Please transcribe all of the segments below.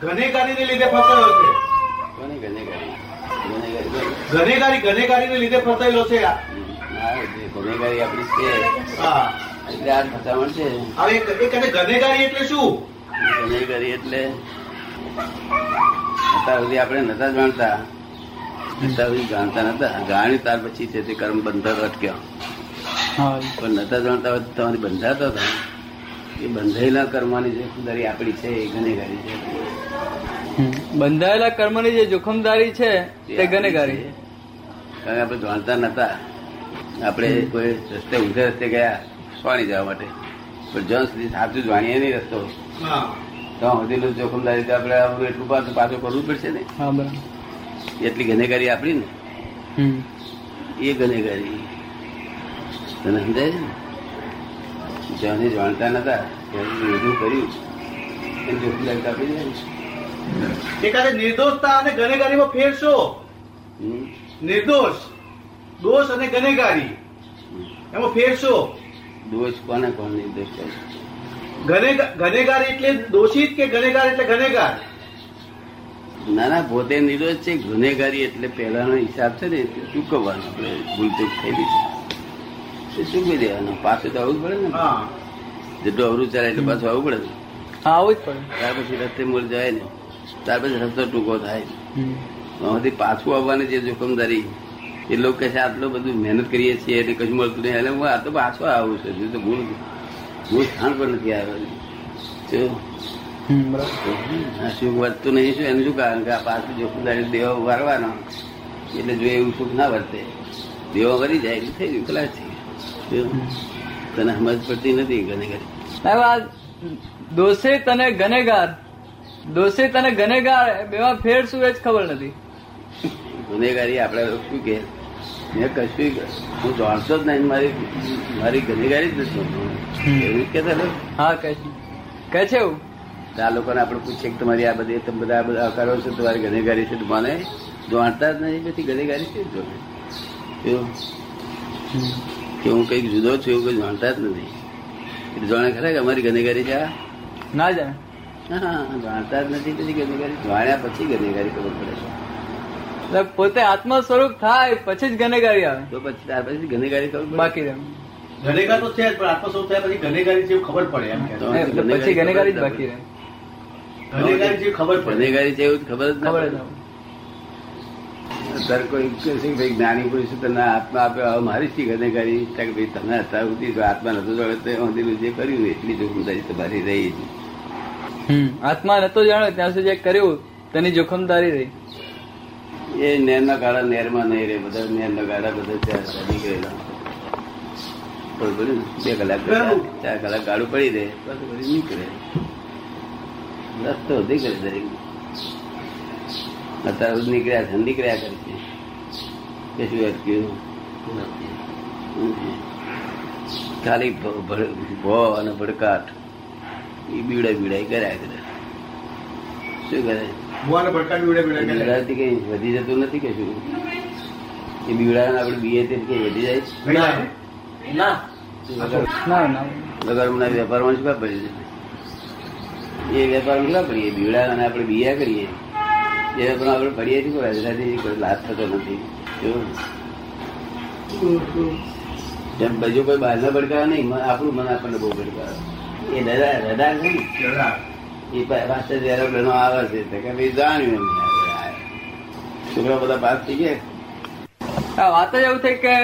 ગનેગારીને લીધે ફસાયો છે કોની ગુનેગારી ગુનેગારી બોલો. ગનેગારી ગનેગારીને લીધે ફસાયેલો છે આ. હમ. ના, જે ગુનેગારી આપણી છે હા એટલે આ ફસાવણ છે હવે એ ક- એ કહે છે, ગનેગારી એટલે શું ગુનેગારી એટલે અત્યાર સુધી આપણે નતા જાણતા અત્યાર સુધી જાણતા નતા જાણ્યું ત્યાર પછી છે તે કર્મ બંધક અટક્યો પણ નતા જાણતા હોય તો તમારી બંધાતા હતા એ બંધાયેલા કર્મની જે ખુદારી આપણી છે એ ગુનેગારી છે બંધાયેલા કર્મની જે જોખમદારી છે તે તે આપણી ગનેગારી છે. કારણ કે આપણે જાણતા નતા આપણે કોઈ રસ્તે ઊંધે રસ્તે ગયા સ્વાણી જવા માટે પણ જ્યાં સુધી સાચું જાણીએ નહીં રસ્તો હા ત્યાં સુધીનું જોખમદારી તો આપણે આવું એટલું પાછું પાછું કરવું જ પડશે ને હા બરાબર એટલી ગુનેગારી આપણી હમ. ને એ ગુનેગારી તને સમજાય છે ને જેને જાણતા નતા જેને બધું કર્યું એને જોખમદારી તો આપણી જ ને. એ કહે છે, નિર્દોષતા અને ગનેગારીમાં ફેર શું? હમ. નિર્દોષ દોષ અને ગનેગારી એમાં ફેર શું? દોષ કોને કોણ નિર્દોષ કરે છે? ગનેગા- ગનેગાર એટલે દોષિત કે ગનેગાર એટલે ગનેગાર ના ના પોતે નિર્દોષ છે ગુનેગારી એટલે પહેલાનો હિસાબ છે ને તે ચૂકવવાનો આપણે ભૂલચૂક થયેલી છે એ ચૂકવી દેવાનો પાછું તો આવવું જ પડે ને હા જેટલું અવરું ચાલે એટલે પાછું આવવું પડે ને. હા આવું જ પડે ત્યાર પછી રસ્તે મૂળ જાય ને ત્યાર પછી રસ્તો ટૂંકો થાય હમ. આમાંથી પાછું આવવાની જે જોખમદારી એ લોકો કહે છે આટલું બધું મહેનત કરીએ છીએ એટલે કશું મળતું નહીં એટલે હું આ તો પાછો આવું છું હજુ તો મૂળ મૂળ સ્થાન પર નથી આવ્યો જો હમ, બરાબર આ સુખ વધતું નહીં શું એનું શું કારણ કે આ પાછું જોખમદારી દેવો વારવાનો એટલે જો એવું સુખ ના વર્તે દેવો વરી જાય એટલે થઈ ગયું ખલાસ થઈ ગયું. જો તને સમજ પડતી નથી ઘણી ઘણી સાહેબ, આ દોષિત અને ગનેગાર દોષિત અને ગનેગાર બેમાં ફેર શું એ જ ખબર નથી ગુનેગારી આપણે શું કે મેં કશું હું જાણતો જ નહીં મારી મારી ગુનેગારી જ નથી એવું જ કહેતા ને હા કહે છે કહે છે એવું તો આ લોકોને આપણે પૂછીએ કે તમારી આ બધી તમે બધા આ બધા કરો છો તમારી ગુનેગારી છે તો મને જાણતા જ નહીં પછી ગુનેગારી છે જો એવું કે હું કઈક જુદો છું એવું કોઈ જાણતા જ નથી એટલે જાણે ખરા કે અમારી ગનેગારી છે આ? ના જાણે હા, જાણતા જ નથી પછી ગનેગારી જાણ્યા પછી ગનેગારી ખબર પડે છે સાહેબ, પોતે આત્મ સ્વરૂપ થાય પછી જ ગનેગારી આવે તો પછી ત્યાર પછી ગનેગારી ખબર પડે બાકી રહે ગનેગાર તો છે જ, પણ આત્મસ્વરૂપ થયા પછી ગનેગારી જેવું ખબર પડે એમ કે છે. તો એટલે પછી ગનેગારી જ બાકી રહે ગનેગારી જેવું ખબર પડે ગનેગારી છે એવું તો ખબર જ ના ખબર જ પડે ના પડે. અત્યારે કોઈ કહે છે કે ભાઈ જ્ઞાની પુરુષ તને આત્મા આપ્યો હવે મારી શી ગનેગારી ત્યાં કે ભાઈ તમે અત્યાર સુધી જો આત્મા નતો જોડે તો એમાં દિલું જે કર્યું એટલી જોખમદારી તમારી રહી જ. હમ. આત્મા નતો જાણ્યો ત્યાં સુધી જે કર્યું તેની જોખમદારી રહી એ નેરના ગાળા નેરમાં નહીં રે બધા નેરના ગાળા બધા ચાર ચાર નીકળેલા બરોબર ને? બે કલાક બરાબર. ચાર કલાક ગાળું પડી રહે બસ વળી નીકળે રસ્તો નીકળે દરેક અત્યારે સુધી નીકળ્યા છે નીકળ્યા કરે છે કશું અટક્યું નથી. ખાલી ભ- ભડ- ભો અને ભડકાટ એ બીડા બીડા એ કર્યા કરે શું કરે ભગવાને ભડકાવી ઉડે ઉડે કરે. બીવડાથી કઈ વધી જતું નથી કે શું એ બીવડાને આપણે બીએ તે કઈ વધી જાય છે? ના. ના ના લગાડવાના વેપારમાં શું કામ પડી જાય? એ વેપારમાં શું કામ પડીએ બીવડાને આપણે બીયા કરીએ એ વેપારમાં આપણે પડીએ છીએ કોઈ એનાથી કોઈ લાભ થતો નથી જો. જેમ બીજું કોઈ બહારના ભડકાવે નહીં મન- આપણું મન આપણને બહુ ભડકાવે એ રડા રડા છે ને ના. એ પાસે જયારે બહેનો આવે છે તો કે ભાઈ જાણ્યું એમને. છોકરા બધા પાસ થઈ ગયા આ વાત જ એવું થઈ કે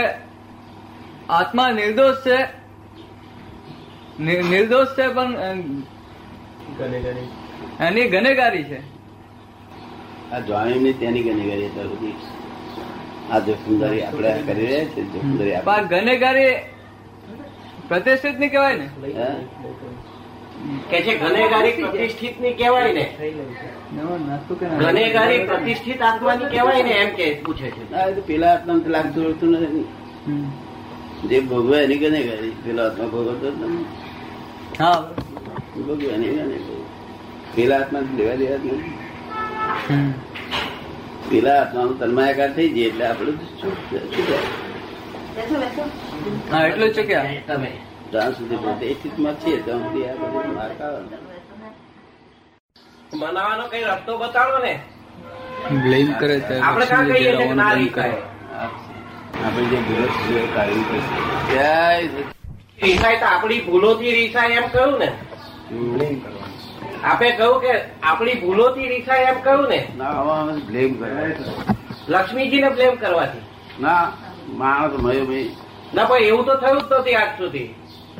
આત્મા નિર્દોષ છે નિ- નિર્દોષ છે પણ અમ, એની ગનેગારી છે આ જાણ્યું નહીં તેની ગનેગારી અત્યાર સુધી આ જોખમદારી આપણે આ કરી રહ્યા છે જોખમદારી પણ આ આપણે ગનેગારી પ્રતિષ્ઠિત ની કહેવાય ને હે? કે જે ગનેગારી પ્રતિષ્ઠિત ની કહેવાય ને ગનેગારી પ્રતિષ્ઠિત આત્માની કહેવાય ને એમ કે પૂછે છે ના, એ તો પેલા આત્માને તો લાગતું વળતું નથી હમ. જે ભોગવે એની ગનેગારી પેલા આત્મા ભોગવતો જ નથી. હા ભોગવે એની ગનેગારી. પેલા આત્મા તો લેવા દેવા જ નથી હમ. પેલા આત્માનું તન્માયાકાર થઈ જાય એટલે આપણું છૂટ- છૂટાય. હા એટલું જ ચૂક્યા તમે જ્યાં સુધી પોતે એ સ્થિતિમાં છીએ ત્યાં સુધી આ બધું માર્ગ આવે. મનાવાનો કઈ રસ્તો બતાડો ને બ્લેમ કરે છે આપણે કાં લક્ષ્મી કહીએ છે કે જરાવાનું ના રીસાય blame આપણે જે ભૂલો થતી હોય એ કાઢવી પડશે ક્યાંય રીસાય તો આપણી ભૂલોથી રીસાય એમ કહ્યું ને blame કરવાનું. આપે કહ્યું કે આપણી ભૂલોથી રીસાય એમ કહ્યું ને ના આમાં blame કરવાનું. લક્ષ્મીજીને બ્લેમ કરવાથી ના માણસ મયો ભાઈ ના ભાઈ એવું તો થયું જ નથી આજ સુધી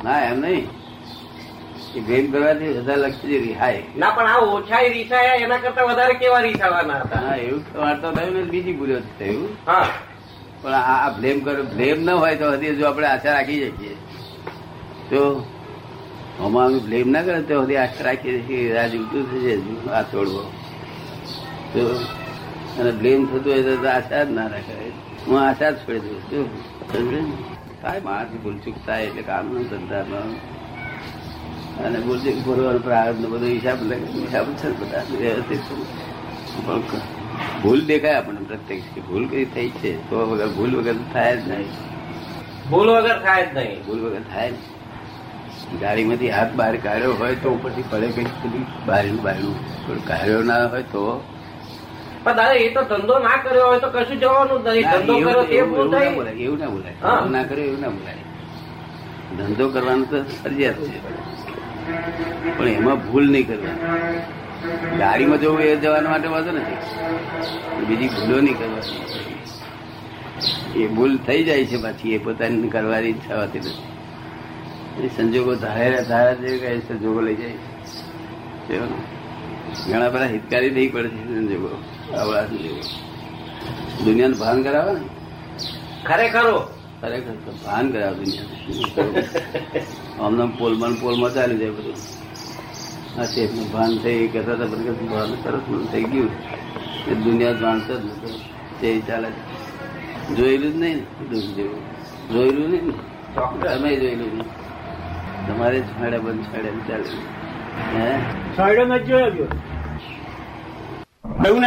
ના એમ નહીં એ blame કરવાથી બધા લક્ષ્મી રિહાય ના પણ આ ઓછા રીસાયા એના કરતા વધારે કેવા રીસાવાના હતા હા એવું વાર્તા થયું ને બીજી ભૂલો થયું હા પણ આ આ બ્લેમ કરો બ્લેમ ન હોય તો હજી જો આપણે આશા રાખી શકીએ તો અમારું બ્લેમ ના કરે તો હજી આશા રાખી શકીએ કે આ જીવતું થશે હજુ આ છોડવો તો અને બ્લેમ થતું હોય તો આશા જ ના રાખે હું આશા જ છોડી દઉં શું સમજે ને? થાય મારાથી ભૂલચૂક થાય એટલે કામનો ધંધાનો અને બોલતી ભરવાનો પ્રારંભ બધો હિસાબ લખે હિસાબ છે ને બધા વ્યવસ્થિત છે. પણ ભૂલ દેખાય આપણને પ્રત્યક્ષ કે ભૂલ કઈ થઈ છે તો વગર ભૂલ વગર તો થાય જ નહીં ભૂલ વગર થાય જ નહીં ભૂલ વગર થાય જ નહીં. ગાડીમાંથી હાથ બહાર કાઢ્યો હોય તો ઉપરથી પડે કંઈક પેલી બારીનું બારીનું પણ કાઢ્યો ના હોય તો પણ દાદા એ તો ધંધો ના કર્યો હોય તો કશું જવાનું જ નથી ના, ધંધો એવું- કર્યો તે એવું- ભૂલ એવું ના થઈ બોલાય એવું ના બોલાય હા. ધંધો ના કર્યો એવું ના બોલાય ધંધો કરવાનું તો ફરજિયાત છે પણ એમાં ભૂલ નહીં કરવાની ગાડીમાં જવું એ જવા માટે વાંધો નથી બીજી ભૂલો નહીં કરવાની એ ભૂલ થઈ જાય છે પાછી એ પોતાની કરવાની ઈચ્છા હોતી નથી એ સંજોગો ધારા ધારા જે કહે છે, સંજોગો લઈ જાય છે એવું ને? ઘણા બધા હિતકારી નહીં પડે છે સંજોગો આવડા સંજોગો દુનિયાનું ભાન કરાવે ને ખરેખર ખરેખર તો ભાન કરાવે દુનિયાને આમનામ પોલમાં ને પોલમાં ચાલી જાય બધું આ શેઠનું ભાન થઈ કહેતા હતા પણ કહેતા ભાન સરસ મને થઈ ગયું એ દુનિયા જાણતો જ નતો તે ચાલે છે. જોયેલું જ નહીં ને દુઃખ જેવું જોયેલું નહીં ને તમે જોયેલું નહીં તમારે જ છેડે બંધ છેડે એમ ચાલે હે કહ્યું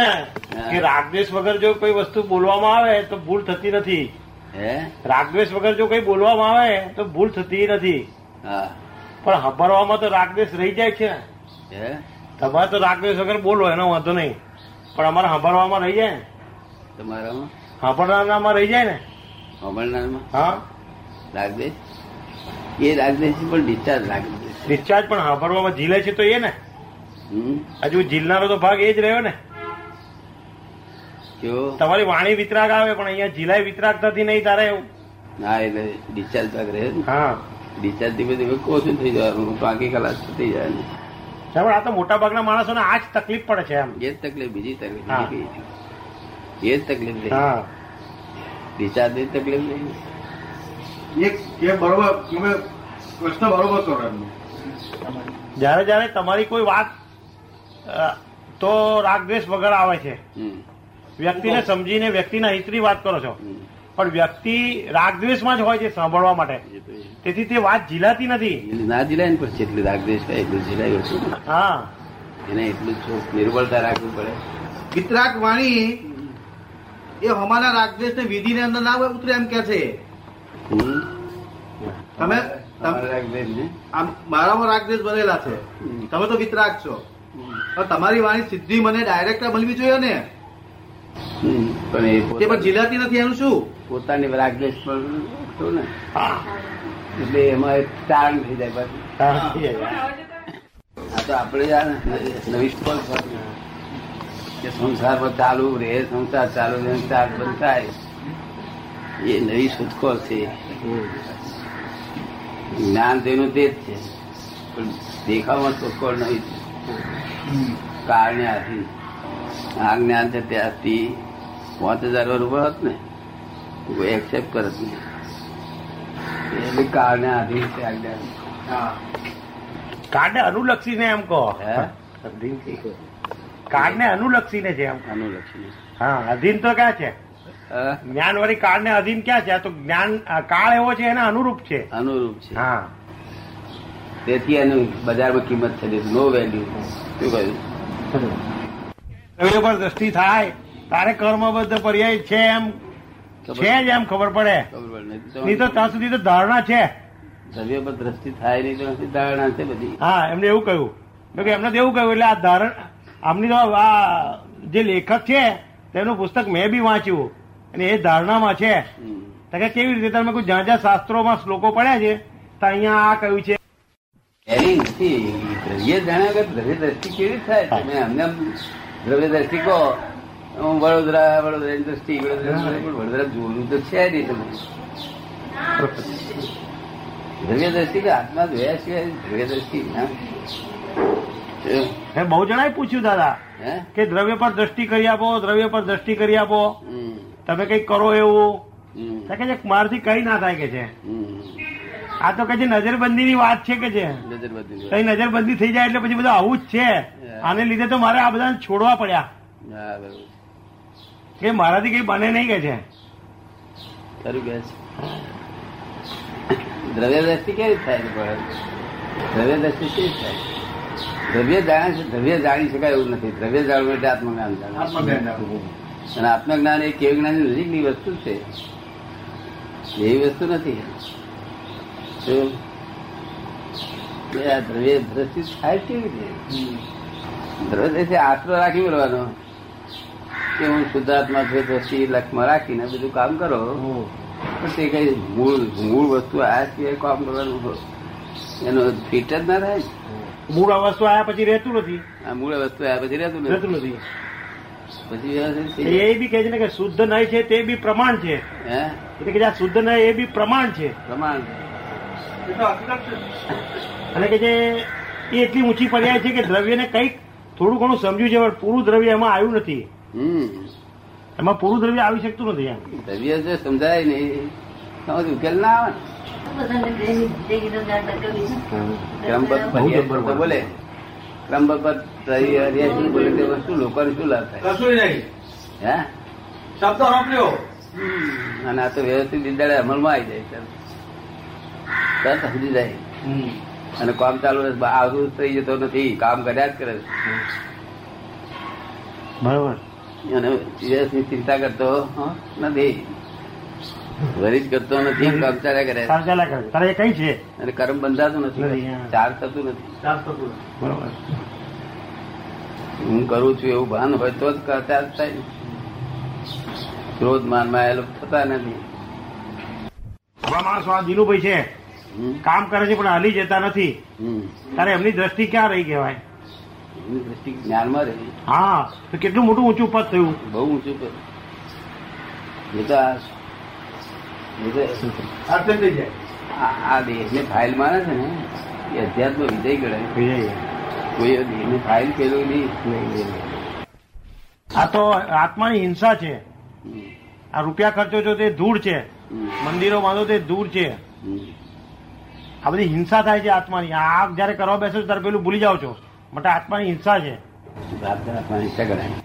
ને હા. કે રાગદ્વેષ વગર જો કોઈ વસ્તુ બોલવામાં આવે તો ભૂલ થતી નથી હે રાગદ્વેષ વગર જો કઈ બોલવામાં આવે તો ભૂલ થતી નથી હા પણ હંભરવામાં તો રાગદ્વેષ રહી જાય છે હે તમારે તો રાગદ્વેષ વગર બોલો એનો વાંધો નહીં પણ અમારે હંભરવામાં રહી જાય ને તમારામાં હંભરવામાં રહી જાય ને અમરનાથમાં હા રાગદેશ એ રાગદેશ પણ ડિસ્ચાર્જ રાગદેશ ડિસ્ચાર્જ પણ હંભરવામાં ઝીલે છે તો એ ને હમ હજુ ઝીલનારો તો ભાગ એ જ રહ્યો ને જો તમારી વાણી વિતરાગ આવે પણ અહીંયા ઝીલાય વિતરાગ નથી નહીં તારે એવું ના એટલે ડિસ્ચાર્જ પાક રહે ને હા ડિસ્ચાર્જ ધીમે ધીમે ઓછું થઈ જવાનું પાકી ખલાસ થઈ જાય ને સાહેબ આ તો મોટા ભાગના માણસોને આ જ તકલીફ પડે છે એમ એ જ તકલીફ બીજી તકલીફ હા. બીજી કઈ નહીં. એ જ તકલીફ રહી હા ડિસ્ચાર્જ ની તકલીફ નહીં એક કે બરોબર તમે પ્રશ્ન બરોબર કરો એમનો જ્યારે જ્યારે તમારી કોઈ વાત અ, તો રાગદ્વેષ વગર આવે છે હમ, વ્યક્તિને સમજીને વ્યક્તિના હિતની વાત કરો છો હમ. પણ વ્યક્તિ રાગદ્વેષમાં જ હોય છે સાંભળવા માટે એ તો એ. તેથી તે વાત ઝીલાતી નથી એટલે ના જીલાય ને પછી એટલી રાગદેશ થાય એટલું જીલાય ઓછું હા એને એટલું જ નિર્બળતા રાખવી પડે વિતરાક વાણી એ અમારા રાગદેશ ને વિધિ ને અંદર ના ઉતરે એમ કે છે હમ. તમે તમારા રાગદેશ ને આમ મારામાં રાગદેશ બનેલા છે તમે તો વિતરાગ છો પણ તમારી વાણી સીધી મને ડાયરેક્ટ મળવી જોઈએ ને હમ. પણ એ તે પણ પોતાની- જીલાતી નથી એનું શું પોતાની રાગદેશ પણ હતો ને હા એટલે એમાં એક તારણ થઈ જાય પાછું હા, થઈ જાય. આ તો આપણે આ નવી સ્પર્શ વાપરી. કે સંસાર પર ચાલુ રહે સંસાર ચાલુ રહે સંસાર બંધ થાય એ નવી શોધખોળ છે જ્ઞાન તેનું તે જ છે પણ દેખાવમાં શોધખોળ નહીં છે કારણે આથી આ જ્ઞાન છે ત્યાંથી પાંચ હજાર વાર ઉભા હોત ને કોઈ એક્સેપ્ટ કરત નહીં એટલે કારણે આધીન છે આ જ્ઞાન કાર્ડને અનુલક્ષીને એમ કહો હે? કાર્ડને અનુલક્ષીને છે એમ અનુલક્ષી હા અધીન તો ક્યાં છે હા? જ્ઞાન વાળી કાળને અધીન ક્યાં છે આ તો જ્ઞાન આ કાળ એવો છે એને અનુરૂપ છે અનુરૂપ છે હા તેથી એનું બજારમાં કિંમત થતી નો વેલ્યુ શું કહ્યું દ્રવ્ય પર દ્રષ્ટિ થાય તારે કર્મબદ્ધ પર્યાય છે એમ છે જ એમ ખબર પડે ખબર પડે નહીં તો ત્યાં સુધી તો ધારણા છે દ્રવ્ય પર દ્રષ્ટિ થાય નહીં તો નથી ધારણા છે બધી હા એમને એવું કહ્યું મેં કહ્યું, એમને તો એવું કહ્યું એટલે આ ધારણ આમની તો આ જે લેખક છે તેનું પુસ્તક મેં બી વાંચ્યું અને એ ધારણામાં છે હમ. તો કે કેવી રીતે તમે કોઈ જ્યાં જ્યાં શાસ્ત્રોમાં શ્લોકો પડ્યા છે તો અહીંયા આ કહ્યું છે એની નથી દ્રવ્ય જાણ્યા વગર દ્રવ્ય દ્રષ્ટિ કેવી થાય તમે અમને આમ દ્રવ્ય દ્રષ્ટિ કહો હું વડોદરા વડોદરાની દ્રષ્ટિ વડોદરા પણ વડોદરા જોયું તો છે નહીં તમે દ્રવ્ય દ્રષ્ટિ કે આત્મા જોયા સિવાય દ્રવ્ય દ્રષ્ટિ ના એ, મેં બહુ જણાય પૂછ્યું દાદા હે કે દ્રવ્ય પર દ્રષ્ટિ કરી આપો દ્રવ્ય પર દ્રષ્ટિ કરી આપો હમ, તમે કંઈક કરો એવું હમ, તો કે છે, મારથી કઈ ના થાય કે છે હમ. આ તો કે છે નજરબંધીની વાત છે કે છે નજરબંધી કઈ નજરબંધી થઈ જાય એટલે પછી બધું આવું જ છે આને લીધે તો મારે આ બધાને છોડવા પડ્યા હા બરોબર કે મારાથી કઈ બને નહીં કે છે ખરું કહે છે દ્રવ્ય દ્રષ્ટિ કેવી થાય છે પણ દ્રવ્ય દ્રષ્ટિ કેવી થાય દ્રવ્ય જાણે છે દ્રવ્ય જાણી શકાય એવું નથી દ્રવ્ય જાણવું એટલે આત્મજ્ઞાન જાણવું અને આત્મજ્ઞાન એ કેવી જ્ઞાન નજીકની વસ્તુ છે એવી વસ્તુ નથી શું? એ આ દ્રવ્ય દ્રષ્ટિ થાય કેવી રીતે દ્રવ્ય દ્રષ્ટિ આશરો રાખી બોલવાનો કે હું શુદ્ધાત્મા છે દ્રષ્ટિ લક્ષમાં રાખીને બધું કામ કરો પણ તે કઈ મૂળ મૂળ વસ્તુ આ સિવાય કામ કરવાનું હોય. એનો ફિટ જ ના થાય મૂળ અવસ્થા આવ્યા પછી રહેતું નથી આ મૂળ વસ્તુ આ પછી રહેતું રહેતું નથી નથી પછી વ્યવસ્થિત થઈ જાય. એ બી કહે છે ને કે શુદ્ધ નય છે તે બી પ્રમાણ છે હે એટલે કે જે આ શુદ્ધ નય એ બી પ્રમાણ છે પ્રમાણ અને કે જે એ એટલી ઊંચી પર્યાય છે કે દ્રવ્યને કંઈક થોડું ઘણું સમજ્યું છે પણ પૂરું દ્રવ્ય એમાં આવ્યું નથી હમ એમાં પૂરું દ્રવ્ય આવી શકતું નથી એમ દ્રવ્ય જો સમજાય નહીં તો પછી ઉકેલ ના આવે ને. ક્રમબદ્ધ પર્યાય તો બોલે ક્રમબદ્ધ પર્યાય શું બોલે તે વસ્તુ લોકોને શું લાભ થાય કશું નહીં હે શબ્દ સાંભળ્યો અને આ તો વ્યવસ્થિત બિંદાડે અમલમાં આવી જાય તરત તરત સમજી જાય અને કામ ચાલુ રહે બા- આવતું થઈ જતો નથી કામ કર્યા જ કરે છે. બરાબર અને દિવસની ચિંતા કરતો નથી વરિજ કરતો નથી કામ ચાલ્યા કરે છે. સારું ચાલ્યા કરે તારે એ કઈ છે અને કર્મ બંધાતું નથી, નથી હા. ચાર થતું નથી બરાબર હું કરું છું એવું ભાન હોય તો જ કરતા જ થાય ક્રોધ માનમાં એ લોકો થતા નથી આવા માણસો આ દિલુભાઈ છે હમ, કામ કરે છે પણ હલી જતા નથી હમ. તારે એમની દ્રષ્ટિ ક્યાં રહી કહેવાય એની દ્રષ્ટિ જ્ઞાનમાં રહી હા તો કેટલું મોટું ઊંચું પદ થયું બહુ ઊંચું કર્યું એ તો આ- એ તો આ આ દેશને ફાઇલ માને છે ને એ અધ્યાત્મ વિજય ગણાય કોઈ દેહને ફાઇલ કર્યું નહીં આ તો આત્માની હિંસા છે હમ, આ રૂપિયા ખર્ચો છો તે ધૂળ છે હમ, મંદિરો બાંધો તે ધૂળ છે હમ. આ બધી હિંસા થાય છે આત્માની આ જયારે કરવા બેસો છો ત્યારે પેલું ભૂલી જાઓ છો માટે આત્માની હિંસા છે વાત આત્મા હિંસા ગણાય